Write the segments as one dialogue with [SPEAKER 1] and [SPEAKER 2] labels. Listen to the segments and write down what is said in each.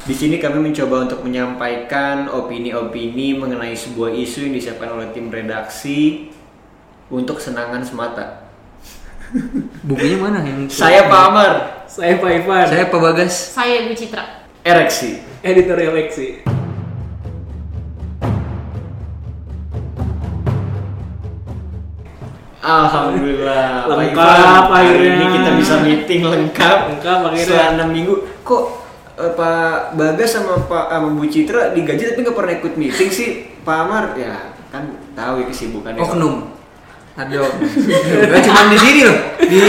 [SPEAKER 1] Di sini kami mencoba untuk menyampaikan opini-opini mengenai sebuah isu yang disiapkan oleh tim redaksi untuk senangan semata.
[SPEAKER 2] Bukunya mana yang
[SPEAKER 1] Saya Pak Amar,
[SPEAKER 2] Saya Pak Ivan.
[SPEAKER 3] Saya Pak Bagas.
[SPEAKER 4] Saya Bu Citra.
[SPEAKER 1] ereksi.
[SPEAKER 2] editorial Lexi.
[SPEAKER 1] Alhamdulillah. Pak
[SPEAKER 2] Lengkap
[SPEAKER 1] Ivan, Hari
[SPEAKER 2] akhirnya.
[SPEAKER 1] ini kita bisa meeting lengkap.
[SPEAKER 2] Lengkap akhirnya.
[SPEAKER 1] Setelah 6 minggu, kok eh, Pak Bagas sama Pak sama Bu Citra digaji tapi nggak pernah ikut meeting sih, Pak Amar? Ya kan tahu ya kesibukannya.
[SPEAKER 2] Oh,
[SPEAKER 3] Oknum. Ada oknum. Gak cuma di sini loh. Di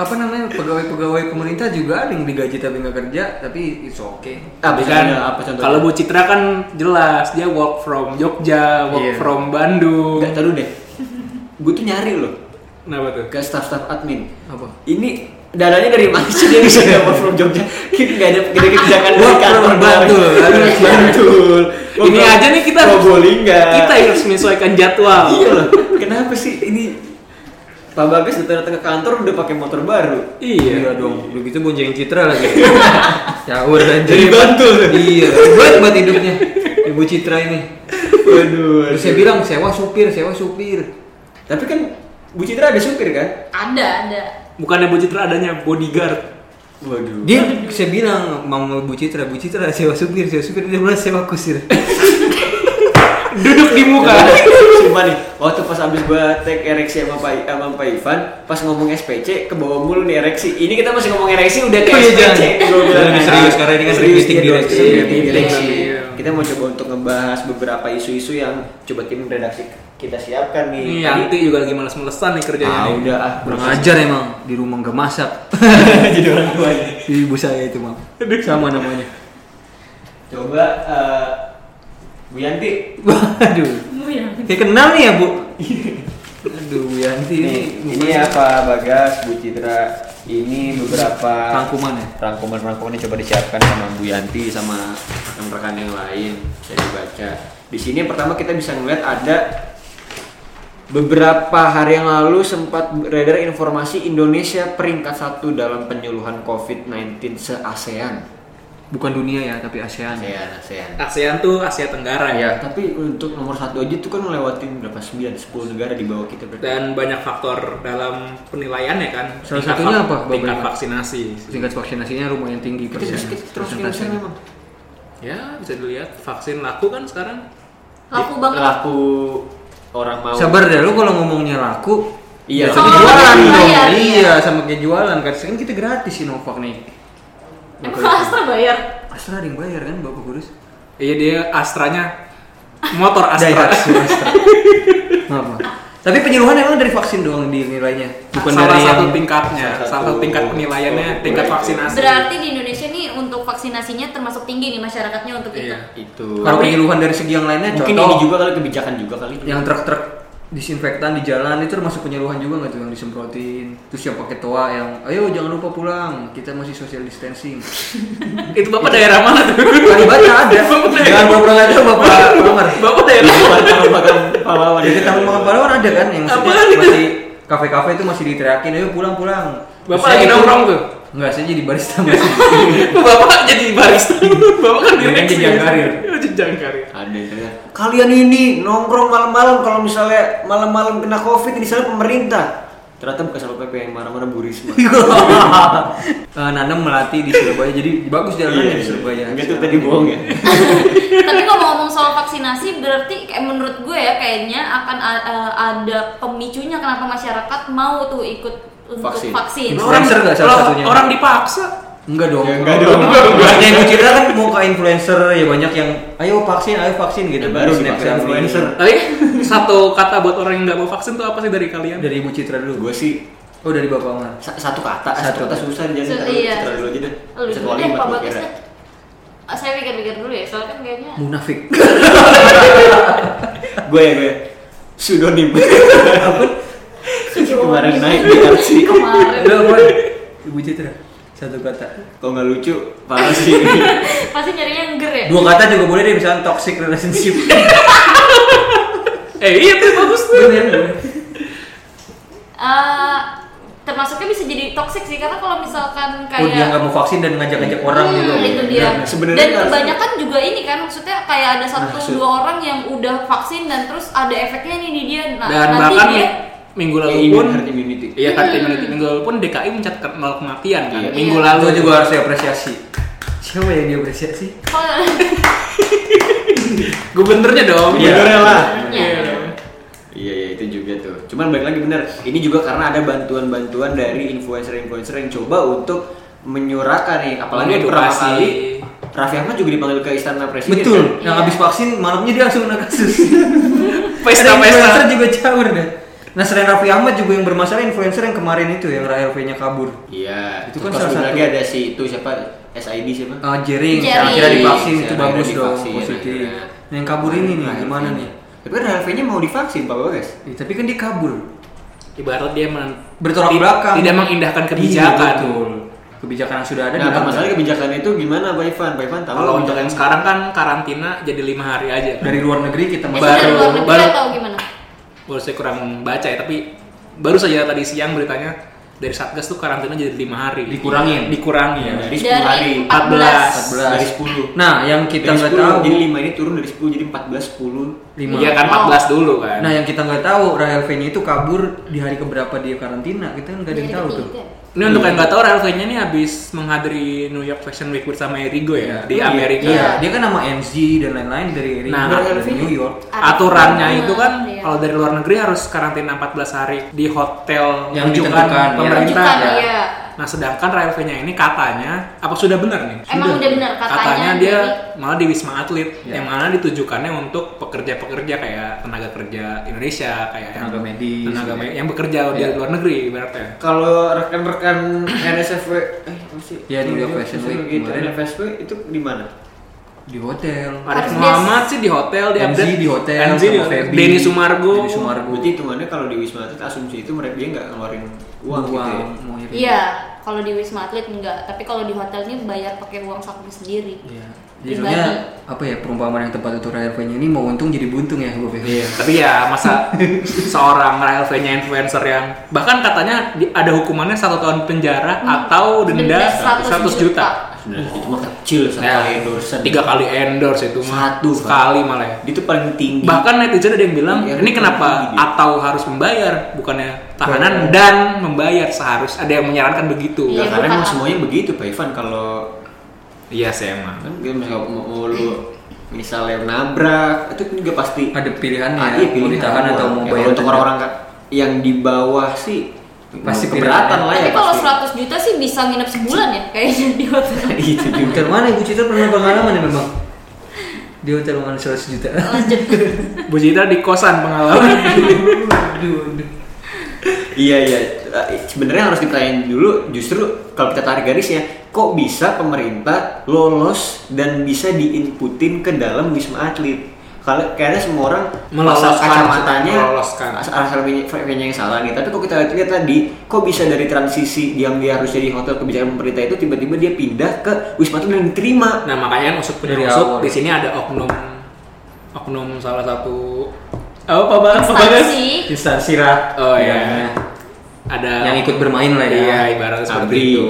[SPEAKER 3] apa namanya pegawai-pegawai pemerintah juga ada yang digaji tapi nggak kerja tapi it's okay.
[SPEAKER 1] Ah,
[SPEAKER 2] Bukan.
[SPEAKER 1] misalnya apa contohnya?
[SPEAKER 2] Kalau Bu Citra kan jelas dia work from Jogja, work
[SPEAKER 3] Iya.
[SPEAKER 2] from Bandung.
[SPEAKER 1] Enggak, tahu deh. Gue tuh nyari loh
[SPEAKER 2] Kenapa tuh?
[SPEAKER 1] ke staff-staff admin.
[SPEAKER 3] Apa?
[SPEAKER 1] Ini dananya dari mana sih dia bisa dapat from Jogja? Gak ada gak ada kebijakan dari
[SPEAKER 3] Work from
[SPEAKER 1] kantor
[SPEAKER 3] Bantul.
[SPEAKER 1] Work from Bantul. Work
[SPEAKER 2] Ini
[SPEAKER 1] from
[SPEAKER 2] aja nih kita
[SPEAKER 1] Oh, Probolingga.
[SPEAKER 2] Kita ya. yang harus menyesuaikan jadwal.
[SPEAKER 1] Iya loh. Kenapa sih ini Pak Bagas udah datang ke kantor udah pakai motor baru.
[SPEAKER 3] Iya
[SPEAKER 2] Iya.
[SPEAKER 3] dong. Udah gitu bonceng Citra lagi. Caur dan
[SPEAKER 1] Jadi Bantul.
[SPEAKER 3] Iya. Buat buat hidupnya Ibu Citra ini.
[SPEAKER 1] Waduh.
[SPEAKER 3] Terus saya bilang sewa supir, sewa supir.
[SPEAKER 1] Tapi kan Bu Citra ada supir kan?
[SPEAKER 4] Ada, ada.
[SPEAKER 2] Bukannya Bu Citra adanya bodyguard.
[SPEAKER 1] Waduh.
[SPEAKER 3] Dia saya bilang mau Bu Citra, Bu Citra sewa supir, sewa supir dia bilang sewa kusir.
[SPEAKER 2] Duduk di muka.
[SPEAKER 1] Sumpah nih, waktu pas abis gua tag ereksi sama Pak, sama Pak Ivan, pas ngomong SPC, ke bawah mulu nih ereksi. Ini kita masih ngomong ereksi udah ke
[SPEAKER 3] Oh iya,
[SPEAKER 1] SPC.
[SPEAKER 3] jangan.
[SPEAKER 1] Gua bilang, "Nah,
[SPEAKER 3] Jangan serius, karena ini kan
[SPEAKER 1] serius,
[SPEAKER 3] meeting
[SPEAKER 1] dia doang,
[SPEAKER 3] direksi,
[SPEAKER 1] iya,
[SPEAKER 3] meeting
[SPEAKER 1] meeting
[SPEAKER 2] direksi.
[SPEAKER 1] direksi. Kita mau coba untuk ngebahas beberapa isu-isu yang coba tim redaksi kita siapkan nih.
[SPEAKER 3] Iya.
[SPEAKER 2] Nih,
[SPEAKER 1] Tadi-
[SPEAKER 2] Yanti juga lagi males-melesan nih kerjanya
[SPEAKER 1] Ah,
[SPEAKER 2] nih.
[SPEAKER 1] udah ah,
[SPEAKER 3] Kurang ajar emang di rumah nggak masak.
[SPEAKER 1] jadi orang tua ini.
[SPEAKER 3] Ibu saya ya itu mam. Sama namanya.
[SPEAKER 1] Coba eh, Bu Yanti,
[SPEAKER 3] Waduh.
[SPEAKER 4] Oh iya.
[SPEAKER 3] Kayak kenal nih ya bu. Aduh Bu Yanti ini.
[SPEAKER 1] ini, ini apa Bagas, Bu Citra, ini beberapa
[SPEAKER 3] Rangkuman ya.
[SPEAKER 1] rangkuman-rangkumannya coba disiapkan sama Bu Yanti sama rekan-rekan yang lain bisa dibaca. Di sini yang pertama kita bisa ngeliat ada beberapa hari yang lalu sempat beredar informasi Indonesia peringkat satu dalam penyuluhan COVID-19 se ASEAN.
[SPEAKER 3] Bukan dunia ya tapi ASEAN.
[SPEAKER 1] ASEAN, ASEAN.
[SPEAKER 2] ASEAN tuh Asia Tenggara
[SPEAKER 1] Ya,
[SPEAKER 3] Iya.
[SPEAKER 2] ya.
[SPEAKER 1] tapi untuk nomor satu aja itu kan ngelewatin berapa 9 10 negara di bawah kita berarti.
[SPEAKER 2] Dan banyak faktor dalam penilaiannya kan.
[SPEAKER 3] Salah
[SPEAKER 2] Tingkat
[SPEAKER 3] satunya
[SPEAKER 2] vak-
[SPEAKER 3] apa?
[SPEAKER 2] Tingkat
[SPEAKER 3] Beberapa.
[SPEAKER 2] vaksinasi.
[SPEAKER 3] Tingkat vaksinasinya lumayan tinggi
[SPEAKER 1] Kita
[SPEAKER 3] persen.
[SPEAKER 1] terus kita terus ke
[SPEAKER 3] Persentasenya.
[SPEAKER 1] memang.
[SPEAKER 2] Ya bisa dilihat vaksin laku kan sekarang.
[SPEAKER 4] Laku banget.
[SPEAKER 1] Laku orang mau.
[SPEAKER 3] Sabar deh lu kalau ngomongnya laku.
[SPEAKER 1] Iya,
[SPEAKER 3] ya
[SPEAKER 1] sama
[SPEAKER 3] sama jualan
[SPEAKER 4] kayak
[SPEAKER 3] dong.
[SPEAKER 4] bayar,
[SPEAKER 3] Iya sama kayak jualan kan. Sekarang kita gratis Sinovac nih.
[SPEAKER 4] Emang Astra bayar?
[SPEAKER 3] Astra ada yang bayar kan Bapak Kurus?
[SPEAKER 2] Iya dia Astranya motor Astra.
[SPEAKER 3] Daihatsu ya? Astra. Maaf, maaf. Tapi penyuluhan emang dari vaksin doang dinilainya. Bukan
[SPEAKER 2] salah
[SPEAKER 3] dari
[SPEAKER 2] satu
[SPEAKER 3] yang-
[SPEAKER 2] tingkatnya,
[SPEAKER 1] Salah
[SPEAKER 2] salah
[SPEAKER 1] satu-
[SPEAKER 2] satu, tingkat penilaiannya,
[SPEAKER 1] Oh,
[SPEAKER 2] tingkat
[SPEAKER 3] iya.
[SPEAKER 1] baik.
[SPEAKER 2] vaksinasi.
[SPEAKER 4] Berarti di Indonesia nih untuk vaksinasinya termasuk tinggi nih masyarakatnya untuk itu.
[SPEAKER 2] Iya.
[SPEAKER 1] itu.
[SPEAKER 3] Kalau penyuluhan dari segi yang lainnya
[SPEAKER 1] Mungkin
[SPEAKER 3] contoh
[SPEAKER 1] ini juga kali kebijakan juga kali.
[SPEAKER 3] yang truk-truk disinfektan di jalan itu termasuk penyuluhan juga nggak tuh yang disemprotin terus yang pakai toa yang ayo jangan lupa pulang kita masih social distancing
[SPEAKER 2] Itu bapak daerah mana tuh?
[SPEAKER 3] Kalibata ada
[SPEAKER 2] Bapak daerah.
[SPEAKER 3] jangan bapak ada bapak kamar
[SPEAKER 2] bapak daerah.
[SPEAKER 1] Makan pahlawan.
[SPEAKER 3] dari tamu makan pahlawan ada kan yang maksudnya
[SPEAKER 2] Apaan itu?
[SPEAKER 3] masih kafe-kafe itu masih diteriakin ayo pulang pulang
[SPEAKER 2] Bapak lagi nongkrong tuh?
[SPEAKER 3] Enggak, saya jadi barista masih
[SPEAKER 2] bapak jadi barista. bapak kan
[SPEAKER 3] Dia Iya. kan
[SPEAKER 2] direksi. Iya,
[SPEAKER 3] jenjang karir.
[SPEAKER 2] Jenjang karir.
[SPEAKER 1] Ada ya. ternyata. Kalian ini nongkrong malam-malam kalau misalnya malam-malam kena covid ini salah pemerintah. Ternyata bukan sama PP yang marah-marah Bu Risma.
[SPEAKER 3] Eh, Nanem melatih di Surabaya jadi bagus
[SPEAKER 1] Iya,
[SPEAKER 2] Iya,
[SPEAKER 3] jalanannya di Surabaya
[SPEAKER 1] Enggak tuh tadi bohong ya.
[SPEAKER 4] Tapi kalau ngomong soal vaksinasi berarti kayak menurut gue ya kayaknya akan a- a- ada pemicunya kenapa masyarakat mau tuh ikut untuk
[SPEAKER 1] Vaksin.
[SPEAKER 4] vaksin.
[SPEAKER 3] Influencer nggak salah
[SPEAKER 2] orang-
[SPEAKER 3] satunya?
[SPEAKER 2] Orang dipaksa.
[SPEAKER 3] Enggak dong.
[SPEAKER 1] Ya, enggak dong.
[SPEAKER 3] Maksudnya Ibu Citra kan mau ke influencer ya banyak yang ayo vaksin, ayo vaksin gitu.
[SPEAKER 1] Ya, baru
[SPEAKER 3] Terus
[SPEAKER 1] dipaksa
[SPEAKER 3] snapgram
[SPEAKER 1] influencer.
[SPEAKER 3] ini.
[SPEAKER 2] Tapi satu kata buat orang yang nggak mau vaksin tuh apa sih dari kalian?
[SPEAKER 3] Dari Ibu Citra dulu.
[SPEAKER 1] Gue sih
[SPEAKER 3] Oh dari Bapak Omar.
[SPEAKER 1] sa- satu kata, satu
[SPEAKER 3] Satu.
[SPEAKER 1] kata susah
[SPEAKER 4] Su-
[SPEAKER 1] jangan
[SPEAKER 4] iya.
[SPEAKER 1] terlalu dulu aja deh.
[SPEAKER 4] Lu
[SPEAKER 1] Satu
[SPEAKER 4] dulu deh
[SPEAKER 1] kalimat
[SPEAKER 4] Pak
[SPEAKER 1] gua
[SPEAKER 4] Bagas
[SPEAKER 1] kira.
[SPEAKER 4] deh. Ah, Saya pikir-pikir dulu ya, soalnya kan kayaknya
[SPEAKER 3] Munafik.
[SPEAKER 1] Gue ya gue. ya. Pseudonym. Kemarin naik di RC.
[SPEAKER 4] kemarin
[SPEAKER 3] Lu apa? Ibu Citra. Satu kata.
[SPEAKER 1] Kalau nggak lucu, parah sih.
[SPEAKER 4] pasti nyarinya yang ger ya.
[SPEAKER 3] Dua kata juga boleh deh misalnya toxic relationship.
[SPEAKER 2] Eh iya tuh bagus tuh.
[SPEAKER 3] Bener, bener.
[SPEAKER 4] Eh, termasuknya bisa jadi toxic sih karena kalau misalkan
[SPEAKER 3] oh dia nggak
[SPEAKER 4] kayak
[SPEAKER 3] mau vaksin dan ngajak-ngajak orang
[SPEAKER 4] Hmm,
[SPEAKER 3] gitu
[SPEAKER 4] itu dia.
[SPEAKER 1] Nah, sebenarnya
[SPEAKER 4] dan
[SPEAKER 1] harusnya-
[SPEAKER 4] kebanyakan juga ini kan maksudnya kayak ada
[SPEAKER 1] Nah,
[SPEAKER 4] satu
[SPEAKER 1] su-
[SPEAKER 4] dua orang yang udah vaksin dan terus ada efeknya nih di dia. Nah,
[SPEAKER 2] Dan
[SPEAKER 4] nanti
[SPEAKER 2] bahkan
[SPEAKER 4] dia
[SPEAKER 2] minggu
[SPEAKER 1] Ya,
[SPEAKER 2] lalu
[SPEAKER 1] imun,
[SPEAKER 2] pun
[SPEAKER 1] herd immunity.
[SPEAKER 2] Iya herd immunity minggu lalu pun DKI mencatat nol kematian kan.
[SPEAKER 1] Iya.
[SPEAKER 2] Minggu
[SPEAKER 4] Iya.
[SPEAKER 2] lalu
[SPEAKER 3] Lalu juga harus diapresiasi. Siapa yang diapresiasi?
[SPEAKER 4] kalau
[SPEAKER 2] gubernurnya
[SPEAKER 3] Oh,
[SPEAKER 2] dong.
[SPEAKER 1] Iya. Benernya lah.
[SPEAKER 4] Iya.
[SPEAKER 1] Iya, iya itu juga tuh. Cuman balik lagi bener, ini juga karena ada bantuan-bantuan dari influencer-influencer yang coba untuk menyuarakan nih, apalagi yang pertama
[SPEAKER 2] Mengedukasi.
[SPEAKER 1] kali Raffi Ahmad juga dipanggil ke istana presiden.
[SPEAKER 3] Betul.
[SPEAKER 1] kan?
[SPEAKER 3] Yang habis vaksin malamnya dia langsung kena kasus.
[SPEAKER 2] Pesta,
[SPEAKER 3] Ada influencer
[SPEAKER 2] pesta.
[SPEAKER 3] juga caur deh. Nah selain Raffi Ahmad juga yang bermasalah influencer yang kemarin itu yang RRV-nya kabur.
[SPEAKER 1] Iya, itu
[SPEAKER 3] Itu kan
[SPEAKER 1] kan
[SPEAKER 3] salah
[SPEAKER 1] lagi
[SPEAKER 3] satu.
[SPEAKER 1] ada si itu siapa? SID siapa?
[SPEAKER 3] Uh, jering,
[SPEAKER 4] Jering.
[SPEAKER 3] akhirnya divaksin itu
[SPEAKER 1] Akhirnya
[SPEAKER 3] bagus dong,
[SPEAKER 1] divaksin,
[SPEAKER 3] positif.
[SPEAKER 1] akhirnya.
[SPEAKER 3] Nah, yang kabur ini nih, gimana nih?
[SPEAKER 1] Tapi kan Raffi-nya mau divaksin, Pak Bagas.
[SPEAKER 3] Ih, tapi kan dia kabur,
[SPEAKER 2] Ibarat dia men
[SPEAKER 3] bertolak
[SPEAKER 2] ti-
[SPEAKER 3] belakang.
[SPEAKER 2] Tidak mengindahkan
[SPEAKER 3] Iya,
[SPEAKER 2] kebijakan.
[SPEAKER 3] betul. Kebijakan yang sudah ada.
[SPEAKER 1] Nah,
[SPEAKER 3] dilanggar.
[SPEAKER 1] masalahnya kebijakan itu gimana, Pak Ivan? Pak Ivan tahu
[SPEAKER 2] Kalau untuk
[SPEAKER 1] kebijakan
[SPEAKER 2] yang sekarang kan karantina jadi lima hari aja. Kan?
[SPEAKER 3] dari luar negeri kita
[SPEAKER 4] ya,
[SPEAKER 2] Baru-
[SPEAKER 4] sudah dari luar negeri
[SPEAKER 2] baru-
[SPEAKER 4] atau gimana?
[SPEAKER 2] Baru saya kurang baca ya, tapi baru saja tadi siang beritanya dari Satgas tuh karantina jadi lima hari.
[SPEAKER 3] Dikurangin.
[SPEAKER 2] Dikurangin.
[SPEAKER 1] Iya, dari 10 hari.
[SPEAKER 4] Dari
[SPEAKER 2] 14.
[SPEAKER 3] 14.
[SPEAKER 4] 14.
[SPEAKER 1] Dari 10.
[SPEAKER 3] Nah, yang kita
[SPEAKER 1] Dari
[SPEAKER 3] nggak
[SPEAKER 1] 10,
[SPEAKER 3] tahu
[SPEAKER 1] Jadi 5 ini turun dari 10 jadi 14 10.
[SPEAKER 3] lima.
[SPEAKER 2] Iya kan 14 dulu kan.
[SPEAKER 3] Nah, yang kita nggak tahu Rahel V-nya itu kabur di hari keberapa dia karantina, kita kan nggak ada yang tahu tuh.
[SPEAKER 2] Ini
[SPEAKER 3] iya.
[SPEAKER 2] untuk yang nggak tahu Ralph-nya nih habis menghadiri New York Fashion Week bersama Erigo ya di
[SPEAKER 1] Iya.
[SPEAKER 2] Amerika.
[SPEAKER 3] Iya, dia kan nama NZ dan lain-lain dari
[SPEAKER 2] Nah,
[SPEAKER 3] dari
[SPEAKER 1] Rahel V-nya.
[SPEAKER 3] New York.
[SPEAKER 2] Aturannya itu kan
[SPEAKER 4] Iya.
[SPEAKER 2] kalau dari luar negeri harus karantina 14 hari di hotel
[SPEAKER 3] Yang
[SPEAKER 2] rujukan
[SPEAKER 3] ditentukan, ya.
[SPEAKER 2] pemerintah.
[SPEAKER 4] Rujukan,
[SPEAKER 2] ya.
[SPEAKER 4] iya.
[SPEAKER 2] Nah, sedangkan Ralph-nya ini katanya apa sudah benar nih?
[SPEAKER 4] Emang udah Eh, benar katanya,
[SPEAKER 2] dia
[SPEAKER 4] jadi-
[SPEAKER 2] malah di Wisma Atlet
[SPEAKER 3] Iya.
[SPEAKER 2] yang mana ditujukannya untuk pekerja-pekerja kayak tenaga kerja Indonesia kayak yang-
[SPEAKER 3] Tenaga medis,
[SPEAKER 2] tenaga
[SPEAKER 3] gitu
[SPEAKER 2] me-
[SPEAKER 3] ya.
[SPEAKER 2] yang bekerja di
[SPEAKER 3] Iya.
[SPEAKER 2] luar negeri ibaratnya.
[SPEAKER 1] Kalau rekan-rekan NSFW eh apa sih?
[SPEAKER 3] Ya, New York
[SPEAKER 1] Iya,
[SPEAKER 3] Fashion
[SPEAKER 1] Fashion
[SPEAKER 3] Week
[SPEAKER 1] gitu,
[SPEAKER 3] kemarin.
[SPEAKER 1] NFSW itu di mana?
[SPEAKER 3] Di hotel.
[SPEAKER 2] Arif
[SPEAKER 4] Harus
[SPEAKER 2] Muhammad sih di hotel di
[SPEAKER 3] NZ
[SPEAKER 2] update.
[SPEAKER 3] di hotel
[SPEAKER 2] NZ di
[SPEAKER 3] sama
[SPEAKER 2] hotel.
[SPEAKER 3] Feby.
[SPEAKER 2] Denny Sumargo.
[SPEAKER 3] Denny Sumargo.
[SPEAKER 1] Berarti hitungannya kalau di Wisma Atlet asumsi itu mereka dia nggak ngeluarin uang,
[SPEAKER 3] uang,
[SPEAKER 1] gitu ya.
[SPEAKER 3] mau irit.
[SPEAKER 4] Iya, kalau di Wisma Atlet enggak, tapi kalau di hotelnya bayar pakai uang saku sendiri.
[SPEAKER 3] Iya. Jadi
[SPEAKER 4] Pribadi.
[SPEAKER 3] sebenarnya apa ya perumpamaan yang tepat untuk Rahel V-nya ini mau untung jadi buntung ya gue pikir.
[SPEAKER 2] Tapi ya masa seorang RLV-nya influencer yang bahkan katanya di- ada hukumannya satu tahun penjara atau Oh, denda 100 juta.
[SPEAKER 1] Sebenarnya itu mah kecil
[SPEAKER 2] Nah,
[SPEAKER 1] sekali endorse.
[SPEAKER 2] tiga kali endorse itu mah
[SPEAKER 1] Satu, Pak.
[SPEAKER 2] sekali malah ya.
[SPEAKER 1] Itu paling tinggi.
[SPEAKER 2] Bahkan netizen ada yang bilang
[SPEAKER 1] Iya,
[SPEAKER 2] ini
[SPEAKER 1] itu
[SPEAKER 2] kenapa
[SPEAKER 1] tinggi dia."
[SPEAKER 2] atau harus membayar bukannya tahanan
[SPEAKER 3] Betul.
[SPEAKER 2] dan membayar seharus ada yang menyarankan begitu.
[SPEAKER 1] Nggak,
[SPEAKER 4] Iya,
[SPEAKER 1] karena
[SPEAKER 4] bukan.
[SPEAKER 1] emang semuanya begitu Pak Ivan kalau
[SPEAKER 2] Iya sih emang.
[SPEAKER 1] kan dia misalnya mau, mau lu misalnya nabrak itu kan juga pasti
[SPEAKER 3] Ada pilihannya,
[SPEAKER 1] Ah,
[SPEAKER 3] ya,
[SPEAKER 1] iya,
[SPEAKER 3] mau
[SPEAKER 1] pilihan
[SPEAKER 3] ditahan atau mau
[SPEAKER 1] Ya,
[SPEAKER 3] bayar.
[SPEAKER 1] kalau untuk
[SPEAKER 3] denda.
[SPEAKER 1] orang-orang ka- yang di bawah sih
[SPEAKER 3] Pasti
[SPEAKER 1] keberatan
[SPEAKER 3] pilihan.
[SPEAKER 1] lah
[SPEAKER 4] Tapi
[SPEAKER 1] ya
[SPEAKER 4] kalau
[SPEAKER 1] pasti.
[SPEAKER 4] 100 juta sih bisa nginep sebulan ya kayaknya di hotel.
[SPEAKER 1] itu
[SPEAKER 3] Di
[SPEAKER 1] Iya juga
[SPEAKER 3] hotel mana Ibu Citra pernah pengalaman ya memang? Di hotel mana 100 juta?
[SPEAKER 4] Lanjut.
[SPEAKER 2] Bu Citra di kosan pengalaman.
[SPEAKER 3] Aduh, aduh.
[SPEAKER 1] iya iya Eh, sebenarnya harus ditanyain dulu justru kalau kita tarik garisnya kok bisa pemerintah lolos dan bisa diinputin ke dalam wisma atlet kalau kayaknya semua orang
[SPEAKER 2] Meloloskan,
[SPEAKER 1] pasang kacamatanya
[SPEAKER 2] meloloskan.
[SPEAKER 1] asal-asalnya yang salah nih tapi kok kita lihat tadi kok bisa dari transisi yang dia harus jadi hotel kebijakan pemerintah itu tiba-tiba dia pindah ke wisma atlet dan diterima
[SPEAKER 2] nah makanya kan usut punya
[SPEAKER 3] Dari awal.
[SPEAKER 2] usut di sini ada oknum oknum salah satu apa bang? Apa Bang?
[SPEAKER 4] Instansi.
[SPEAKER 3] Instansi lah.
[SPEAKER 2] Oh iya.
[SPEAKER 3] Ya.
[SPEAKER 2] Ada
[SPEAKER 3] Yang ikut bermain lah ya.
[SPEAKER 2] Iya, ibaratnya seperti
[SPEAKER 1] Abri.
[SPEAKER 2] itu.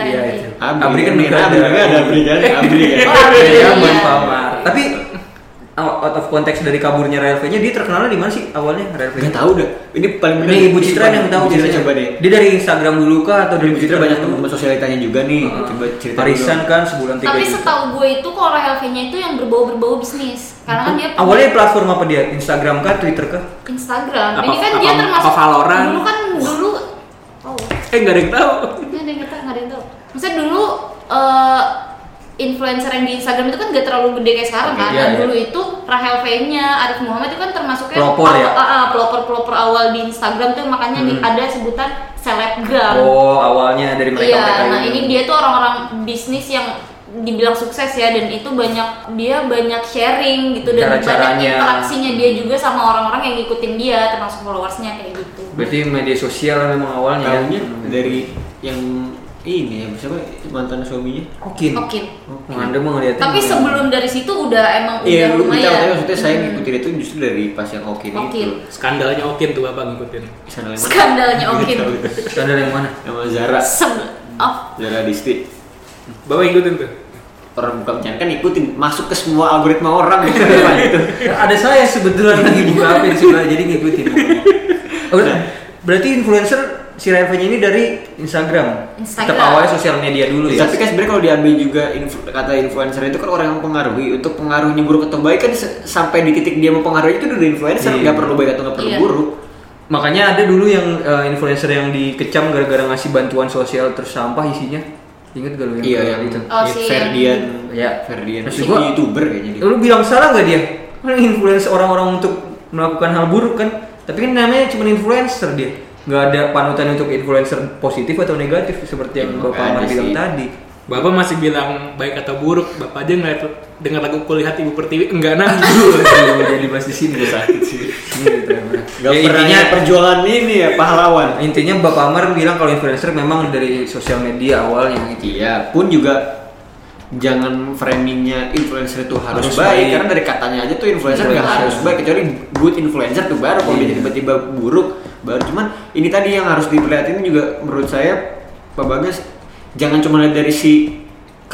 [SPEAKER 3] Iya
[SPEAKER 4] TNI.
[SPEAKER 3] itu.
[SPEAKER 1] Abri,
[SPEAKER 3] Abri kan
[SPEAKER 1] Abri,
[SPEAKER 3] juga
[SPEAKER 1] Abri, Abri, ada Abri kan? Abri kan?
[SPEAKER 4] Oh, Abri.
[SPEAKER 3] Iya,
[SPEAKER 4] Iya.
[SPEAKER 3] Bon Pawar. Tapi out of konteks dari kaburnya Rahel V-nya dia terkenalnya di mana sih awalnya Rahel V-nya?
[SPEAKER 1] Gak tau dah. Ini paling bener.
[SPEAKER 3] Ini Ibu Citra yang tahu
[SPEAKER 1] Ibu Citra
[SPEAKER 3] biasanya.
[SPEAKER 1] coba deh.
[SPEAKER 3] Dia dari Instagram dulu kah atau
[SPEAKER 1] Dari
[SPEAKER 3] dari
[SPEAKER 1] Ibu Citra banyak teman-teman sosialitanya juga nih. Coba cerita
[SPEAKER 3] Parisan
[SPEAKER 1] dulu.
[SPEAKER 3] kan sebulan tiga
[SPEAKER 4] Tapi
[SPEAKER 3] juta.
[SPEAKER 4] setahu gue itu kalau HLV-nya itu yang berbau-berbau bisnis. Karena kan dia punya
[SPEAKER 3] awalnya platform apa dia? Instagram kah, Twitter kah?
[SPEAKER 4] Instagram.
[SPEAKER 2] Apa-
[SPEAKER 4] Ini kan
[SPEAKER 2] apa-
[SPEAKER 4] dia termasuk
[SPEAKER 2] apa Valorant?
[SPEAKER 4] Dulu kan dulu oh,
[SPEAKER 2] Eh nggak ada yang tahu.
[SPEAKER 4] ini ada yang ngerti, nggak ada yang tahu. Maksudnya dulu eh, influencer yang di Instagram itu kan gak terlalu gede kayak sekarang kan.
[SPEAKER 3] Iya,
[SPEAKER 4] Nah,
[SPEAKER 3] iya.
[SPEAKER 4] dulu itu Rahel V-nya, Arif Muhammad itu kan termasuknya
[SPEAKER 3] Pelopor ya?
[SPEAKER 4] ah, ah, pelopor-pelopor awal di Instagram tuh makanya di-
[SPEAKER 3] Hmm.
[SPEAKER 4] ada sebutan selebgram.
[SPEAKER 3] Oh, awalnya dari mereka mereka gitu.
[SPEAKER 4] Iya, nah ini dia tuh orang-orang bisnis yang dibilang sukses ya dan itu banyak dia banyak sharing gitu dan
[SPEAKER 3] Cara-caranya.
[SPEAKER 4] banyak interaksinya dia juga sama orang-orang yang ngikutin dia termasuk followersnya kayak gitu.
[SPEAKER 3] Berarti media sosial memang awalnya ya?
[SPEAKER 1] Tahunya
[SPEAKER 3] Hmm.
[SPEAKER 1] dari yang ini ya siapa mantan suaminya
[SPEAKER 3] Okin.
[SPEAKER 4] Oke.
[SPEAKER 3] Anda mau ngeliatin.
[SPEAKER 4] Tapi
[SPEAKER 3] gua.
[SPEAKER 4] sebelum dari situ udah emang
[SPEAKER 1] iya
[SPEAKER 4] udah
[SPEAKER 1] lu kita
[SPEAKER 4] lumayan.
[SPEAKER 1] makanya maksudnya saya
[SPEAKER 4] Hmm.
[SPEAKER 1] ngikutin gitu. itu justru dari pas yang Okin
[SPEAKER 4] Okin.
[SPEAKER 1] itu
[SPEAKER 2] Skandalnya Okin tuh Bapak ngikutin.
[SPEAKER 1] Sana yang mana?
[SPEAKER 4] Skandalnya Okin.
[SPEAKER 1] Tahu itu.
[SPEAKER 3] Skandal yang mana?
[SPEAKER 1] sama Zara
[SPEAKER 4] Sebel. Oh,
[SPEAKER 1] Zara Disti
[SPEAKER 2] Bapak ngikutin tuh.
[SPEAKER 1] orang buka pencarian kan ikutin masuk ke semua algoritma orang gitu Depan itu
[SPEAKER 3] Ada saya sebetulnya lagi buka HP di sebelah jadi ngikutin. Oh, berarti influencer si Ryan ini dari Instagram.
[SPEAKER 4] Instagram.
[SPEAKER 3] Tetap awalnya sosial media dulu ya.
[SPEAKER 1] tapi kan sebenarnya kalau diambil juga influ- kata influencer itu kan orang yang mempengaruhi untuk pengaruhnya buruk atau baik kan se- sampai di titik dia mempengaruhi itu udah influencer
[SPEAKER 3] Iya.
[SPEAKER 1] nggak perlu baik atau nggak perlu
[SPEAKER 4] Iya.
[SPEAKER 1] buruk
[SPEAKER 3] Makanya ada dulu yang eh, influencer yang dikecam gara-gara ngasih bantuan sosial terus sampah isinya. Ingat gak lu yang gitu?
[SPEAKER 1] iya
[SPEAKER 3] viral
[SPEAKER 1] yang
[SPEAKER 3] itu?
[SPEAKER 4] Oh, si
[SPEAKER 1] Ferdian
[SPEAKER 3] Iya.
[SPEAKER 1] Ferdian
[SPEAKER 3] Terus
[SPEAKER 1] si
[SPEAKER 3] juga-
[SPEAKER 1] youtuber kayaknya dia
[SPEAKER 3] Ya, Lu bilang salah nggak dia? Kan influencer orang-orang untuk melakukan hal buruk kan? Tapi kan namanya cuma influencer dia. Nggak ada panutan untuk influencer positif atau negatif seperti
[SPEAKER 1] Ya,
[SPEAKER 3] yang Bapak
[SPEAKER 1] makanya
[SPEAKER 3] Amar bilang
[SPEAKER 1] sih.
[SPEAKER 3] tadi.
[SPEAKER 2] Bapak masih bilang baik atau buruk, Bapak aja ngeliat dengar lagu kulihat Ibu Pertiwi enggak nah.
[SPEAKER 3] Aduh, jadi bahas di sini sakit sih. gitu, emang.
[SPEAKER 1] Gak
[SPEAKER 3] ya,
[SPEAKER 1] pernah
[SPEAKER 3] intinya
[SPEAKER 1] perjuangan ini ya pahlawan
[SPEAKER 3] intinya Bapak Amar bilang kalau influencer memang dari sosial media awalnya gitu.
[SPEAKER 1] Iya, pun juga jangan framingnya influencer itu harus,
[SPEAKER 3] Harus
[SPEAKER 1] baik,
[SPEAKER 3] baik.
[SPEAKER 1] karena dari katanya aja tuh influencer nggak
[SPEAKER 3] Influencer.
[SPEAKER 1] harus baik kecuali good influencer tuh baru kalau dia
[SPEAKER 3] Iya.
[SPEAKER 1] tiba-tiba buruk baru cuman ini tadi yang harus diperhatiin juga menurut saya Pak Bagas jangan cuma lihat dari si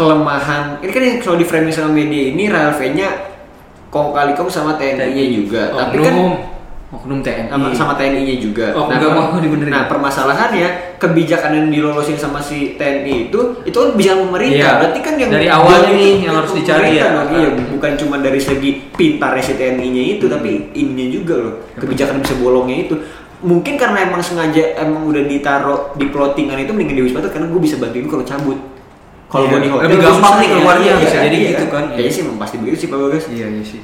[SPEAKER 1] kelemahan ini kan yang selalu di framing sama media ini nya kong kali kong sama TNI-nya juga
[SPEAKER 3] Oh,
[SPEAKER 1] tapi kan
[SPEAKER 2] Oknum.
[SPEAKER 3] Oknum TNI.
[SPEAKER 1] sama, sama TNI-nya juga.
[SPEAKER 2] Oh,
[SPEAKER 3] enggak
[SPEAKER 1] per-
[SPEAKER 3] mau dibenerin.
[SPEAKER 1] Nah, permasalahannya kebijakan yang dilolosin sama si TNI itu itu kan bijakan pemerintah.
[SPEAKER 3] Iya.
[SPEAKER 1] Berarti kan yang
[SPEAKER 3] Dari awal
[SPEAKER 1] yang
[SPEAKER 3] nih
[SPEAKER 1] itu
[SPEAKER 3] yang harus
[SPEAKER 1] pemerintah
[SPEAKER 3] dicari ya.
[SPEAKER 1] dong. Iya, bukan cuma dari segi pintarnya si TNI-nya itu,
[SPEAKER 3] Hmm.
[SPEAKER 1] tapi ininya juga loh. Kebijakan bisa bolongnya itu. Mungkin karena emang sengaja emang udah ditaruh di plottingan itu mendingan di Wisma Atlet, karena gue bisa bantuin kalau cabut. Kalau
[SPEAKER 3] Iya.
[SPEAKER 1] gue di hotel
[SPEAKER 3] Lebih
[SPEAKER 1] gua
[SPEAKER 3] gampang
[SPEAKER 1] susah
[SPEAKER 3] nih
[SPEAKER 1] ya.
[SPEAKER 3] keluarnya,
[SPEAKER 1] Iya
[SPEAKER 3] bisa jadi
[SPEAKER 1] iya
[SPEAKER 3] gitu kan.
[SPEAKER 1] Kayaknya sih emang pasti begitu sih Pak Bagas
[SPEAKER 3] Iya, iya sih.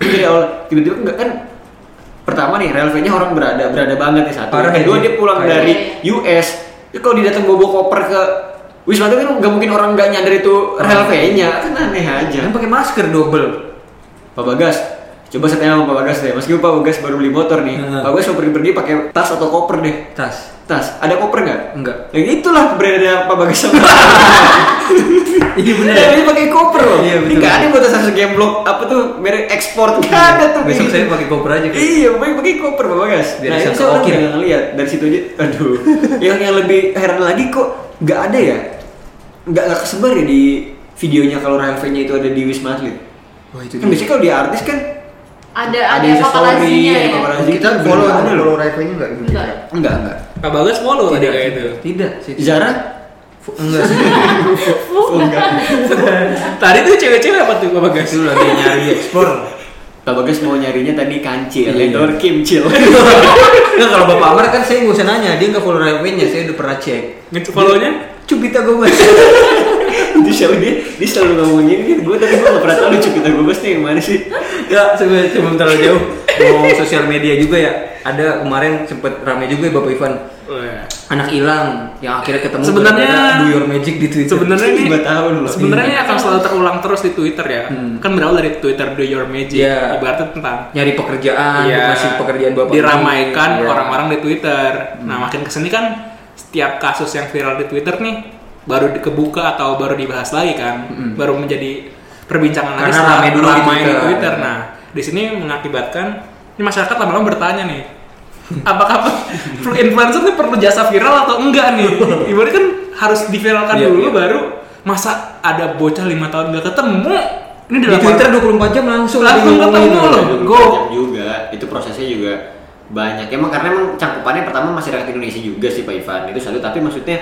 [SPEAKER 1] dari awal tiba-tiba enggak kan pertama nih relevannya orang berada berada banget nih satu
[SPEAKER 3] Parah ya,
[SPEAKER 1] kedua
[SPEAKER 3] Ji.
[SPEAKER 1] dia pulang
[SPEAKER 3] Parah.
[SPEAKER 1] dari US itu kalau dia datang bawa koper ke Wisma Atlet kan nggak mungkin orang nggak nyadar itu relevannya kan aneh aja
[SPEAKER 3] Jangan pakai masker double.
[SPEAKER 1] Pak Bagas coba saya tanya sama Pak Bagas deh meskipun Pak Bagas baru beli motor nih
[SPEAKER 3] Hmm.
[SPEAKER 1] Pak Bagas mau pergi-pergi pakai tas atau koper deh
[SPEAKER 3] Tas.
[SPEAKER 1] tas ada koper nggak
[SPEAKER 3] Enggak.
[SPEAKER 1] ya itulah berada Pak Bagas sama
[SPEAKER 3] Iya bener.
[SPEAKER 1] Iya, dia pakai koper loh.
[SPEAKER 3] Iya,
[SPEAKER 1] Ini
[SPEAKER 3] betul.
[SPEAKER 1] nggak ada buat tas game block apa tuh merek ekspor nggak ada tuh. gitu.
[SPEAKER 3] Besok saya pakai koper aja. Kak.
[SPEAKER 1] Iya, pokoknya pakai koper Bapak Gas.
[SPEAKER 3] Biar
[SPEAKER 1] nah,
[SPEAKER 3] bisa
[SPEAKER 1] ini saya orang
[SPEAKER 3] keokin.
[SPEAKER 1] nggak ngeliat dari situ aja. Aduh. yang yang lebih heran lagi kok nggak ada ya? Nggak nggak kesebar ya di videonya kalau Rafael-nya itu ada di Wisma Atlet.
[SPEAKER 3] Wah itu
[SPEAKER 1] Kan biasanya kalau dia artis kan
[SPEAKER 4] ada
[SPEAKER 1] Ada
[SPEAKER 4] ada
[SPEAKER 1] yang story,
[SPEAKER 4] paparazinya
[SPEAKER 1] ada
[SPEAKER 4] ya.
[SPEAKER 1] paparazzi.
[SPEAKER 5] Kita
[SPEAKER 1] Belum
[SPEAKER 5] follow
[SPEAKER 1] ada loh.
[SPEAKER 5] follow Raifa-nya enggak
[SPEAKER 1] Iya.
[SPEAKER 5] ini?
[SPEAKER 4] Enggak.
[SPEAKER 1] enggak enggak.
[SPEAKER 2] Pak Bagas follow tadi
[SPEAKER 3] tidak
[SPEAKER 2] kayak itu.
[SPEAKER 3] gitu? Tidak sih.
[SPEAKER 1] Zara
[SPEAKER 3] F- Enggak sih.
[SPEAKER 1] Oh, enggak.
[SPEAKER 2] Tadi tuh cewek-cewek apa tuh Pak Bagas?
[SPEAKER 3] Itu lagi nyari ekspor.
[SPEAKER 1] Pak Bagas mau nyarinya tadi kancil,
[SPEAKER 3] Iya.
[SPEAKER 1] Endor Kimcil.
[SPEAKER 3] Enggak kalau Bapak Amar kan saya nggak usah nanya, dia nggak follow revenue-nya, saya udah pernah cek.
[SPEAKER 2] Follow-nya?
[SPEAKER 3] Cubita Gomez.
[SPEAKER 1] di show dia, dia selalu ngomongin gitu. Gue tadi gue gak pernah tahu lucu kita gue pasti yang mana sih.
[SPEAKER 3] ya, sebelum sebelum terlalu jauh ngomong sosial media juga ya. Ada kemarin sempet rame juga ya Bapak Ivan
[SPEAKER 2] Wah.
[SPEAKER 3] anak hilang yang akhirnya ketemu
[SPEAKER 2] Oh, iya. Sebenarnya-
[SPEAKER 3] gara-gara do your magic di Twitter.
[SPEAKER 2] Sebenarnya ini
[SPEAKER 1] Lima tahun loh.
[SPEAKER 2] Sebenarnya ini akan selalu terulang terus di Twitter ya.
[SPEAKER 3] Iya. Hmm.
[SPEAKER 2] Kan berawal dari Twitter Do Your Magic.
[SPEAKER 3] Iya.
[SPEAKER 2] Ibaratnya tentang
[SPEAKER 3] nyari pekerjaan, masih pekerjaan Bapak.
[SPEAKER 2] Iya. diramaikan
[SPEAKER 3] Iya. Hmm.
[SPEAKER 2] orang-orang di Twitter. Nah, makin kesini kan setiap kasus yang viral di Twitter nih baru dikebuka atau baru dibahas lagi kan, baru menjadi perbincangan lagi
[SPEAKER 3] Hmm. Karena ramai
[SPEAKER 2] setelah
[SPEAKER 3] dulu gitu. di
[SPEAKER 2] ramai di
[SPEAKER 3] Twitter.
[SPEAKER 2] Twitter. Nah, di sini mengakibatkan ini masyarakat lama-lama bertanya nih, apakah per- influencer ini perlu jasa viral atau enggak nih? Ibaratnya kan harus diviralkan
[SPEAKER 3] Iya,
[SPEAKER 2] dulu
[SPEAKER 3] iya.
[SPEAKER 2] baru masa ada bocah lima tahun gak ketemu ini
[SPEAKER 3] di
[SPEAKER 2] dilakukan-
[SPEAKER 3] Twitter 24 jam langsung gitu dia
[SPEAKER 2] Langsung
[SPEAKER 1] Iya,
[SPEAKER 3] ngomongin.
[SPEAKER 2] ketemu loh.
[SPEAKER 1] Go.
[SPEAKER 2] Go.
[SPEAKER 1] iya, juga itu prosesnya juga banyak emang karena emang cakupannya pertama masyarakat Indonesia juga sih Pak Ivan itu satu tapi maksudnya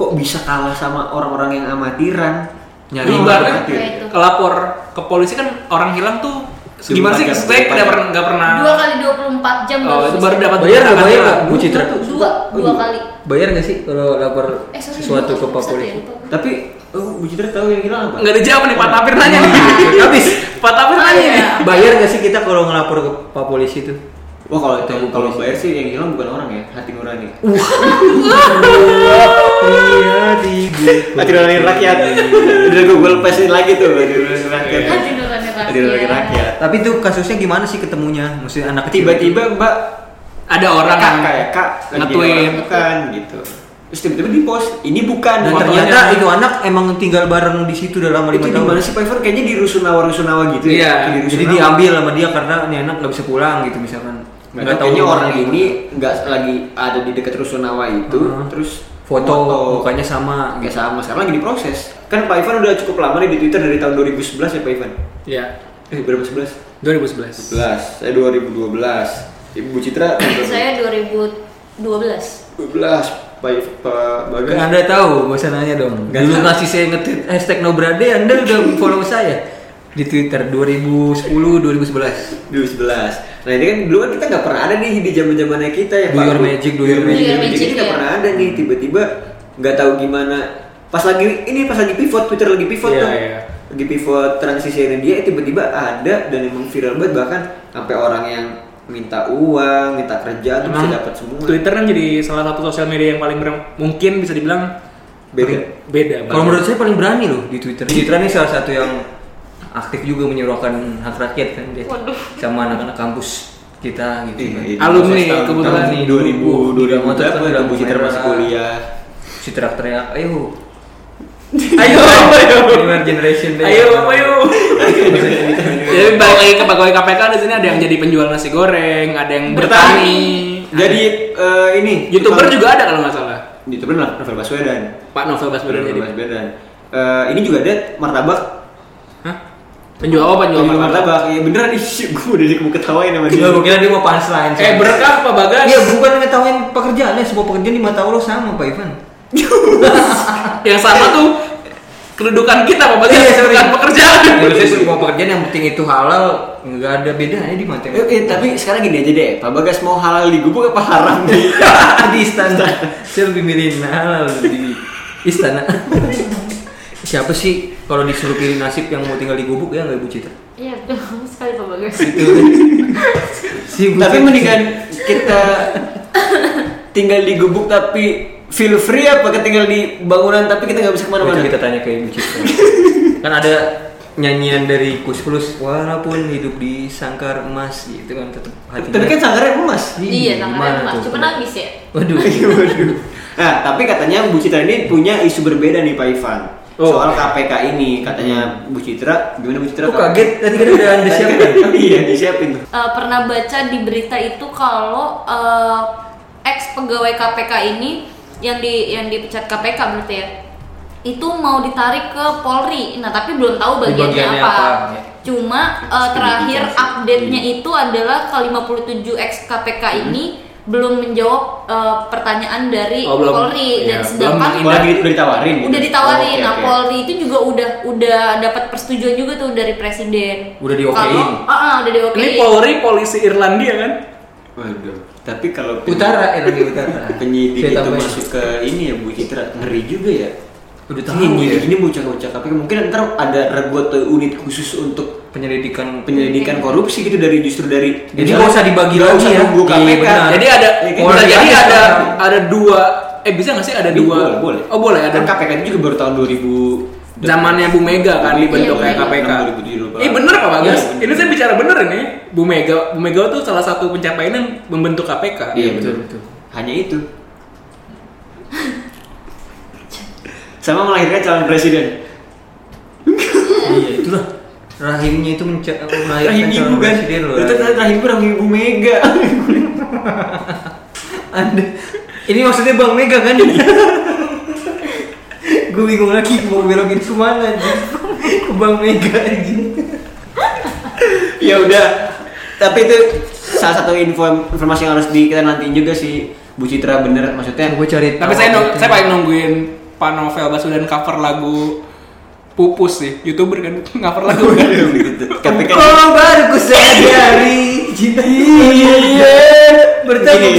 [SPEAKER 1] kok bisa kalah sama orang-orang yang amatiran
[SPEAKER 3] Nyari
[SPEAKER 1] Orang
[SPEAKER 2] Ibaratnya
[SPEAKER 1] amatir.
[SPEAKER 4] Kayak itu.
[SPEAKER 2] kelapor ke polisi kan orang hilang tuh gimana sih
[SPEAKER 1] Dua jam,
[SPEAKER 2] saya
[SPEAKER 1] dua
[SPEAKER 2] nggak
[SPEAKER 1] jam.
[SPEAKER 2] pernah nggak pernah
[SPEAKER 4] Dua kali 24 jam
[SPEAKER 2] Oh, itu baru
[SPEAKER 4] bisa.
[SPEAKER 2] dapat
[SPEAKER 3] Bayar nggak
[SPEAKER 2] Katakanlah.
[SPEAKER 3] bayar nggak Bu Citra?
[SPEAKER 4] Dua, dua kali.
[SPEAKER 3] Bayar nggak sih kalau lapor
[SPEAKER 4] Eh, sorry,
[SPEAKER 3] sesuatu ke
[SPEAKER 4] dua kali,
[SPEAKER 3] Pak
[SPEAKER 4] satu
[SPEAKER 3] Polisi?
[SPEAKER 4] ya, lupa.
[SPEAKER 1] tapi oh Bu Citra tahu yang hilang apa
[SPEAKER 2] nggak ada jawab nih Pak Tapir nanya
[SPEAKER 3] Habis.
[SPEAKER 2] Pak Tapir
[SPEAKER 4] Oh,
[SPEAKER 2] nanya nih
[SPEAKER 4] iya.
[SPEAKER 3] Bayar nggak sih kita kalau ngelapor ke Pak Polisi itu?
[SPEAKER 1] wah kalau itu kalau bayar sih yang hilang bukan orang ya hati nurani
[SPEAKER 3] Iya,
[SPEAKER 1] hati nurani rakyat udah gue lepasin lagi tuh hati nurani rakyat
[SPEAKER 4] Hati nurani rakyat.
[SPEAKER 1] hati nurani rakyat
[SPEAKER 3] Tapi itu kasusnya gimana sih ketemunya? Maksudnya anak kecil gitu.
[SPEAKER 1] tiba-tiba Mbak
[SPEAKER 2] ada orang
[SPEAKER 1] kakak ya kak
[SPEAKER 2] nge-tweet.
[SPEAKER 1] bukan gitu terus tiba-tiba di post ini bukan
[SPEAKER 3] Dan
[SPEAKER 1] Wah,
[SPEAKER 3] ternyata itu anak emang tinggal bareng di situ udah lama
[SPEAKER 1] itu
[SPEAKER 3] lima
[SPEAKER 1] di
[SPEAKER 3] tahun.
[SPEAKER 1] mana sih Pak Ivan? Kayaknya di Rusunawa Rusunawa gitu
[SPEAKER 2] Iya,
[SPEAKER 1] ya. Di
[SPEAKER 3] Jadi
[SPEAKER 1] Rusunawa.
[SPEAKER 3] diambil sama dia karena nih anak nggak bisa pulang gitu misalkan.
[SPEAKER 1] Nggak tahu kayaknya
[SPEAKER 3] rumahnya
[SPEAKER 1] orang gitu.
[SPEAKER 3] gimana.
[SPEAKER 1] ini nggak lagi ada di dekat Rusunawa itu,
[SPEAKER 3] Uh-huh.
[SPEAKER 1] terus
[SPEAKER 3] foto mukanya sama
[SPEAKER 1] nggak
[SPEAKER 3] gitu.
[SPEAKER 1] sama sekarang lagi diproses. Kan Pak Ivan udah cukup lama nih di Twitter dari tahun 2011 ya Pak Ivan.
[SPEAKER 2] Iya.
[SPEAKER 1] Eh berapa 11?
[SPEAKER 2] 2011.
[SPEAKER 1] 11. Saya 2012. Ibu Citra
[SPEAKER 4] Saya 2012.
[SPEAKER 1] 2012. Pak Iv- Pak
[SPEAKER 3] Kan
[SPEAKER 1] Bagas.
[SPEAKER 3] Anda tahu, gak usah nanya dong.
[SPEAKER 1] Nggak
[SPEAKER 3] Dulu
[SPEAKER 1] tahu.
[SPEAKER 3] ngasih saya nge-tweet hashtag nobrade, Anda udah follow saya di Twitter 2010 2011.
[SPEAKER 1] 2011. Nah ini kan dulu kan kita nggak pernah ada nih di zaman zamannya kita ya
[SPEAKER 3] Do
[SPEAKER 1] Pak.
[SPEAKER 3] your magic, do your
[SPEAKER 4] magic. Do your magic,
[SPEAKER 1] Ini nggak
[SPEAKER 4] ya.
[SPEAKER 1] pernah ada nih tiba-tiba nggak tahu gimana. Pas lagi ini pas lagi pivot Twitter lagi pivot
[SPEAKER 2] Iya,
[SPEAKER 1] tuh.
[SPEAKER 2] iya.
[SPEAKER 1] Lagi pivot transisi dia eh, tiba-tiba ada dan emang viral banget bahkan sampai orang yang minta uang, minta kerja tuh bisa
[SPEAKER 2] Emang
[SPEAKER 1] dapat semua.
[SPEAKER 2] Twitter kan jadi salah satu sosial media yang paling ber- mungkin bisa dibilang
[SPEAKER 1] Beda.
[SPEAKER 2] beda.
[SPEAKER 3] Kalau menurut saya paling berani loh di Twitter. Citra nih salah satu yang aktif juga menyuarakan hak rakyat kan dia.
[SPEAKER 4] Waduh.
[SPEAKER 3] Sama anak-anak kampus kita
[SPEAKER 1] Iya,
[SPEAKER 3] gitu. kan.
[SPEAKER 1] iya.
[SPEAKER 2] Alumni,
[SPEAKER 1] Tahun-
[SPEAKER 2] kebetulan
[SPEAKER 1] tahun
[SPEAKER 3] nih.
[SPEAKER 1] 2000
[SPEAKER 3] Mau
[SPEAKER 1] 2000
[SPEAKER 3] tetap
[SPEAKER 1] berapa
[SPEAKER 3] lampu
[SPEAKER 1] Bu Citra masih
[SPEAKER 3] merah.
[SPEAKER 1] kuliah.
[SPEAKER 3] Si teriak-teriak, ayo.
[SPEAKER 2] Ayo, ayo.
[SPEAKER 3] Newer generation deh.
[SPEAKER 2] Ayo, ayo. Jadi balik lagi ke pegawai KPK di sini ada yang jadi penjual nasi goreng, ada yang bertani.
[SPEAKER 1] Jadi eh, ini
[SPEAKER 2] YouTuber juga ada kalau nggak salah.
[SPEAKER 1] YouTuber lah Novel Baswedan.
[SPEAKER 2] Pak Novel Baswedan jadi.
[SPEAKER 1] Mas Bedan. Eh, ini juga ada martabak.
[SPEAKER 2] Hah? Penjual apa? Penjual
[SPEAKER 1] Penjual
[SPEAKER 2] martabak.
[SPEAKER 1] martabak. Iya beneran ih gue udah mau ketawain sama dia.
[SPEAKER 3] Iya, Gua gua kira dia mau punchline.
[SPEAKER 2] Eh, berkah apa bagas?
[SPEAKER 3] Iya, bukan ngetahuin pekerjaannya, semua pekerjaan di mata Allah sama, Pak Ivan.
[SPEAKER 2] Yang sama tuh kedudukan kita apa bagas?
[SPEAKER 3] Iya, sorry.
[SPEAKER 2] Bukan pekerjaan.
[SPEAKER 3] Menurut saya semua pekerjaan yang penting itu halal, nggak ada bedanya di mata
[SPEAKER 1] Eh, eh, tapi sekarang gini aja deh, Pak Bagas mau halal di gubuk apa haram di?
[SPEAKER 3] di istana. Saya lebih milih halal di istana. Siapa sih kalau disuruh pilih nasib yang mau tinggal di gubuk ya nggak Ibu Citra?
[SPEAKER 4] Iya, betul sekali Pak Bagas.
[SPEAKER 3] Si Ibu
[SPEAKER 1] tapi
[SPEAKER 3] Citra-
[SPEAKER 1] mendingan kita tinggal di gubuk tapi feel free apa ketinggal di bangunan tapi kita nggak bisa
[SPEAKER 3] Itu
[SPEAKER 1] kemana-mana.
[SPEAKER 3] Iya, kita tanya ke Ibu Citra. kan ada nyanyian dari Kus Plus walaupun hidup di sangkar emas gitu kan tetap hati.
[SPEAKER 1] Tapi kan sangkarnya emas.
[SPEAKER 4] Iya, tangannya
[SPEAKER 3] gimana
[SPEAKER 4] emas.
[SPEAKER 3] tuh?
[SPEAKER 4] Cuma nangis ya.
[SPEAKER 3] Waduh.
[SPEAKER 1] Waduh. Nah, tapi katanya Bu Citra ini punya isu berbeda nih Pak Ivan.
[SPEAKER 2] Oh.
[SPEAKER 1] Soal KPK ini katanya Bu Citra, gimana Bu Citra?
[SPEAKER 3] Aku kaget tadi kan udah anda siapin.
[SPEAKER 1] iya, disiapin tuh.
[SPEAKER 4] Eh, pernah baca di berita itu kalau eh, ex pegawai KPK ini yang di yang dipecat KPK berarti ya itu mau ditarik ke Polri. Nah tapi belum
[SPEAKER 3] Di
[SPEAKER 4] tahu bagiannya,
[SPEAKER 3] bagiannya
[SPEAKER 4] apa.
[SPEAKER 3] apa, ya.
[SPEAKER 4] Cuma eh, terakhir update-nya
[SPEAKER 3] Iya.
[SPEAKER 4] itu adalah ke 57 ex KPK ini
[SPEAKER 3] Hmm.
[SPEAKER 4] belum menjawab eh, pertanyaan dari
[SPEAKER 2] Oh, belum.
[SPEAKER 4] Polri
[SPEAKER 2] Iya,
[SPEAKER 4] dan sedangkan
[SPEAKER 2] belum
[SPEAKER 1] Kalau lagi udah ditawarin. gitu?
[SPEAKER 4] udah ditawarin.
[SPEAKER 1] Oh, oke,
[SPEAKER 4] nah
[SPEAKER 1] oke.
[SPEAKER 4] Polri itu juga udah udah dapat persetujuan juga tuh dari presiden.
[SPEAKER 3] Udah diokein.
[SPEAKER 4] Kalau- Ah, ah, udah diokein.
[SPEAKER 2] Ini Polri polisi Irlandia kan?
[SPEAKER 1] Waduh. Tapi kalau pen-
[SPEAKER 3] Utara, eh lagi utara.
[SPEAKER 1] penyidik itu
[SPEAKER 3] Saya tambahin.
[SPEAKER 1] masuk ke ini ya Bu Citra ngeri juga ya.
[SPEAKER 3] Udah tahu
[SPEAKER 1] Ini
[SPEAKER 3] ya.
[SPEAKER 1] ini bocah-bocah KPK mungkin ntar ada regot atau unit khusus untuk
[SPEAKER 3] Penyelidikan
[SPEAKER 1] penyelidikan korupsi gitu dari justru dari
[SPEAKER 3] Jadi nggak usah dibagi
[SPEAKER 1] nggak
[SPEAKER 3] lagi
[SPEAKER 1] usah
[SPEAKER 3] ya.
[SPEAKER 1] nunggu
[SPEAKER 3] Iya,
[SPEAKER 1] KPK.
[SPEAKER 3] benar.
[SPEAKER 2] Jadi
[SPEAKER 1] Ya,
[SPEAKER 2] ada
[SPEAKER 1] kan? Iya,
[SPEAKER 2] bisa
[SPEAKER 3] Polri
[SPEAKER 2] jadi
[SPEAKER 3] aja
[SPEAKER 2] ada
[SPEAKER 3] sekarang.
[SPEAKER 2] ada dua eh bisa nggak sih ada dua?
[SPEAKER 1] Boleh, boleh.
[SPEAKER 2] Oh boleh ada
[SPEAKER 1] Kan KPK itu juga baru tahun 2000
[SPEAKER 2] zamannya Bu Mega kan
[SPEAKER 1] Iya,
[SPEAKER 2] dibentuk
[SPEAKER 1] iya,
[SPEAKER 2] kayak KPK.
[SPEAKER 1] 2007.
[SPEAKER 2] Ih bener Pak Bagas.
[SPEAKER 1] Iya, bener.
[SPEAKER 2] ini saya bicara bener ini. Bu Mega, Bu Mega tuh salah satu pencapaian yang membentuk KPK.
[SPEAKER 1] Iya
[SPEAKER 3] betul,
[SPEAKER 1] betul
[SPEAKER 3] betul.
[SPEAKER 1] betul. Hanya itu. Sama melahirkan calon presiden.
[SPEAKER 3] Iya, itulah. Rahimnya itu menca- eh, melahirkan
[SPEAKER 1] Rahim ibu
[SPEAKER 3] calon
[SPEAKER 1] kan?
[SPEAKER 3] presiden loh.
[SPEAKER 1] Itu
[SPEAKER 3] rahim.
[SPEAKER 1] rahim ibu rahim ibu Mega.
[SPEAKER 3] Anda. Ini maksudnya Bang Mega kan? Gue bingung lagi mau belokin kemana anjing. Ke Bang Mega anjing.
[SPEAKER 1] ya udah. Tapi itu salah satu info informasi yang harus di kita nantiin juga sih Bu Citra bener maksudnya.
[SPEAKER 3] Gue Kan cari
[SPEAKER 2] Tapi saya nung-
[SPEAKER 3] gitu.
[SPEAKER 2] saya paling nungguin Pak Novel Baswedan cover lagu Pupus sih, youtuber kan cover lagu
[SPEAKER 1] Oh,
[SPEAKER 2] kan.
[SPEAKER 1] iya. KPK.
[SPEAKER 3] Oh baru ku sadari
[SPEAKER 1] Iya.
[SPEAKER 3] Bertemu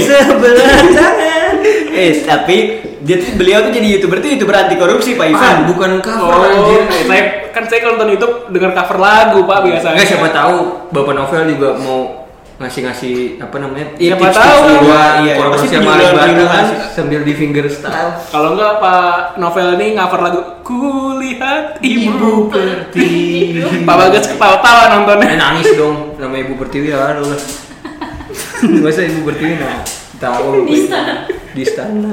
[SPEAKER 1] Gini.
[SPEAKER 3] sebelah tangan
[SPEAKER 1] Eh tapi dia tuh- beliau tuh jadi youtuber tuh youtuber anti korupsi Pak Ivan.
[SPEAKER 3] Pan, Ah, bukan cover
[SPEAKER 2] Oh,
[SPEAKER 3] anjir
[SPEAKER 2] saya kan saya kalau nonton YouTube dengar cover lagu Pak biasanya.
[SPEAKER 3] Enggak siapa tahu Bapak Novel juga mau ngasih-ngasih apa namanya?
[SPEAKER 2] Iya,
[SPEAKER 3] tips-tips
[SPEAKER 2] tahu.
[SPEAKER 3] buat
[SPEAKER 1] Iya,
[SPEAKER 3] kolaborasi
[SPEAKER 1] pasti
[SPEAKER 3] sama Arif Barta
[SPEAKER 1] penyuluhan-penyuluhan.
[SPEAKER 3] kan, sambil di finger style.
[SPEAKER 2] Kalau enggak Pak Novel ini cover lagu Kulihat Ibu
[SPEAKER 4] Iya,
[SPEAKER 3] Pertiwi.
[SPEAKER 2] Pak Bagas ketawa-tawa nontonnya.
[SPEAKER 3] Eh, nangis dong nama Ibu Pertiwi ya aduh lah. Masa Ibu Pertiwi nah tahu
[SPEAKER 4] Di istana.
[SPEAKER 3] Di istana.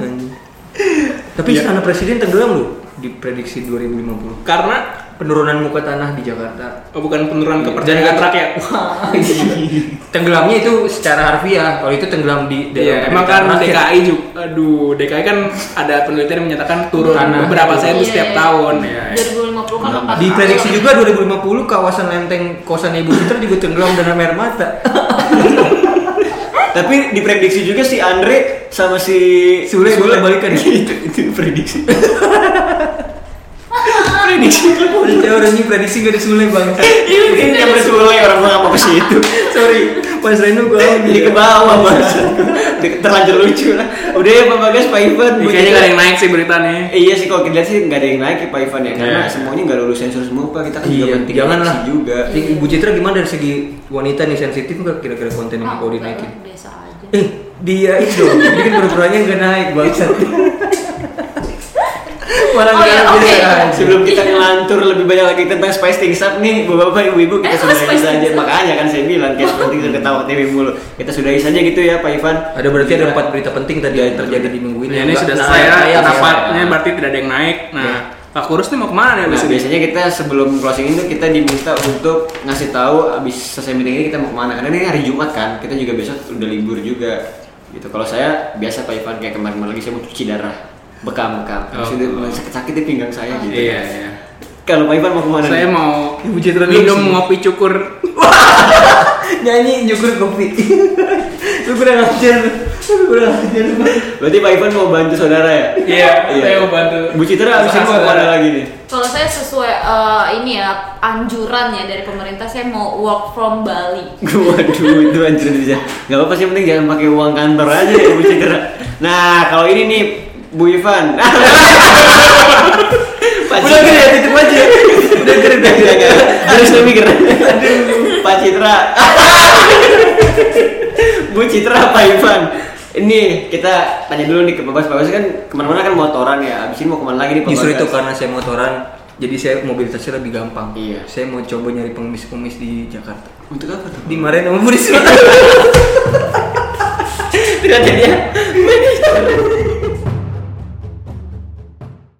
[SPEAKER 3] Tapi
[SPEAKER 2] Iya.
[SPEAKER 3] istana presiden tenggelam loh diprediksi 2050.
[SPEAKER 2] Karena
[SPEAKER 3] Penurunan muka tanah di Jakarta.
[SPEAKER 2] oh, bukan penurunan kepercayaan ya? rakyat.
[SPEAKER 3] Wah, iya. Tenggelamnya itu secara harfiah. Kalau itu tenggelam di
[SPEAKER 2] Iya, emang kan DKI juga, aduh DKI kan ada penelitian yang menyatakan turun
[SPEAKER 3] Tanah.
[SPEAKER 2] beberapa senti
[SPEAKER 4] Iya,
[SPEAKER 2] setiap
[SPEAKER 4] iya.
[SPEAKER 2] tahun ya.
[SPEAKER 4] 2050 kan empat
[SPEAKER 3] Diprediksi
[SPEAKER 4] tahun.
[SPEAKER 3] juga 2050 kawasan lenteng kosan Ibu Citra juga tenggelam dengan air mata.
[SPEAKER 1] Tapi diprediksi juga si Andre sama si
[SPEAKER 3] Sule boleh balikan.
[SPEAKER 1] itu itu prediksi. prediksi lu.
[SPEAKER 3] Saya orang ini prediksi gak ada Sule bang.
[SPEAKER 1] Ini kayak nyampe Sule orang gua apa sih itu.
[SPEAKER 3] Sorry, Mas Reno gue
[SPEAKER 2] Iya.
[SPEAKER 1] Jadi ke bawah Mas. Terlanjur lucu lah. Udah ya Pak Bagas, Pak Ivan.
[SPEAKER 2] Ih,
[SPEAKER 1] Bu
[SPEAKER 2] Kayaknya
[SPEAKER 1] Citra.
[SPEAKER 2] gak ada yang naik sih beritanya.
[SPEAKER 1] Iya sih kalau kita lihat sih nggak ada yang naik ya Pak Ivan ya karena
[SPEAKER 2] Iya.
[SPEAKER 1] semuanya nggak lulus sensor semua Pak kita kan juga
[SPEAKER 3] Iya,
[SPEAKER 1] penting
[SPEAKER 3] janganlah.
[SPEAKER 1] sih juga.
[SPEAKER 3] Ibu Citra gimana dari segi wanita nih sensitif nggak kira-kira konten yang
[SPEAKER 4] Ah,
[SPEAKER 3] mau
[SPEAKER 4] enggak
[SPEAKER 3] dinaikin?
[SPEAKER 4] lah, Biasa aja.
[SPEAKER 3] Eh, dia itu bikin berkurangnya nggak naik banget. Malah
[SPEAKER 4] Oh, iya,
[SPEAKER 3] nggak
[SPEAKER 4] oke.
[SPEAKER 3] ada.
[SPEAKER 1] Sebelum kita ngelantur lebih banyak lagi tentang Spice Things Up nih Bapak-bapak, ibu-ibu kita
[SPEAKER 4] Eh,
[SPEAKER 1] sudahi
[SPEAKER 4] Spice
[SPEAKER 1] saja
[SPEAKER 4] Things Up.
[SPEAKER 1] Makanya kan saya bilang kayak seperti kita ketawa TV mulu Kita sudahi saja gitu ya Pak Ivan
[SPEAKER 3] Ada berarti ada
[SPEAKER 1] Iya.
[SPEAKER 3] empat berita penting tadi yang terjadi di minggu ini.
[SPEAKER 2] Ini, ini
[SPEAKER 3] Enggak,
[SPEAKER 2] sudah
[SPEAKER 3] nah,
[SPEAKER 2] selesai ya,
[SPEAKER 3] saya-
[SPEAKER 2] rapatnya berarti tidak ada yang naik. Nah, Pak Kurus nih mau kemana nih
[SPEAKER 1] Nah,
[SPEAKER 3] Iya.
[SPEAKER 2] abis ini?
[SPEAKER 1] biasanya kita sebelum closing itu kita diminta untuk ngasih tahu abis selesai meeting ini kita mau kemana karena ini hari Jumat kan kita juga besok udah libur juga gitu kalau saya biasa Pak Ivan kayak kemarin malam lagi saya mau cuci darah bekam bekam
[SPEAKER 2] Oh.
[SPEAKER 1] oh. itu sakit-sakit di pinggang saya gitu
[SPEAKER 2] Iya, iya.
[SPEAKER 1] kalau Pak Ivan mau kemana
[SPEAKER 2] Saya
[SPEAKER 1] nih?
[SPEAKER 2] mau
[SPEAKER 3] Ibu Citra
[SPEAKER 2] minum
[SPEAKER 3] dulu.
[SPEAKER 2] ngopi cukur
[SPEAKER 3] nyanyi nyukur kopi. Lu kurang ajar. lu. Lu kurang ajar. lu.
[SPEAKER 1] berarti Pak Ivan mau bantu saudara ya
[SPEAKER 2] Iya, saya mau bantu.
[SPEAKER 1] Bu Citra abis ini mau kemana
[SPEAKER 2] Saudara.
[SPEAKER 1] lagi nih
[SPEAKER 4] Kalau saya sesuai eh, ini ya anjuran ya dari pemerintah saya mau work from Bali.
[SPEAKER 1] Waduh, itu anjir aja. Gak apa-apa sih, yang penting jangan pakai uang kantor aja ya, Bu Citra. Nah, kalau ini nih, Bu Ivan. Pak
[SPEAKER 3] Udah gede ya tutup aja. Udah gede udah
[SPEAKER 1] Enggak, enggak. Terus dia mikir. Pak Citra. Bu Citra, Pak Ivan. Ini kita tanya dulu nih ke Pak Bas. Pak Bas kan kemana-mana kan motoran ya. Abis ini mau kemana lagi nih Pak
[SPEAKER 3] Justru
[SPEAKER 1] Bas?
[SPEAKER 3] itu karena saya motoran, jadi saya mobilitasnya lebih gampang.
[SPEAKER 1] Iya.
[SPEAKER 3] Saya mau coba nyari pengemis-pengemis di Jakarta.
[SPEAKER 1] Untuk apa tuh?
[SPEAKER 3] Dimarahin sama Budi
[SPEAKER 1] Ternyata dia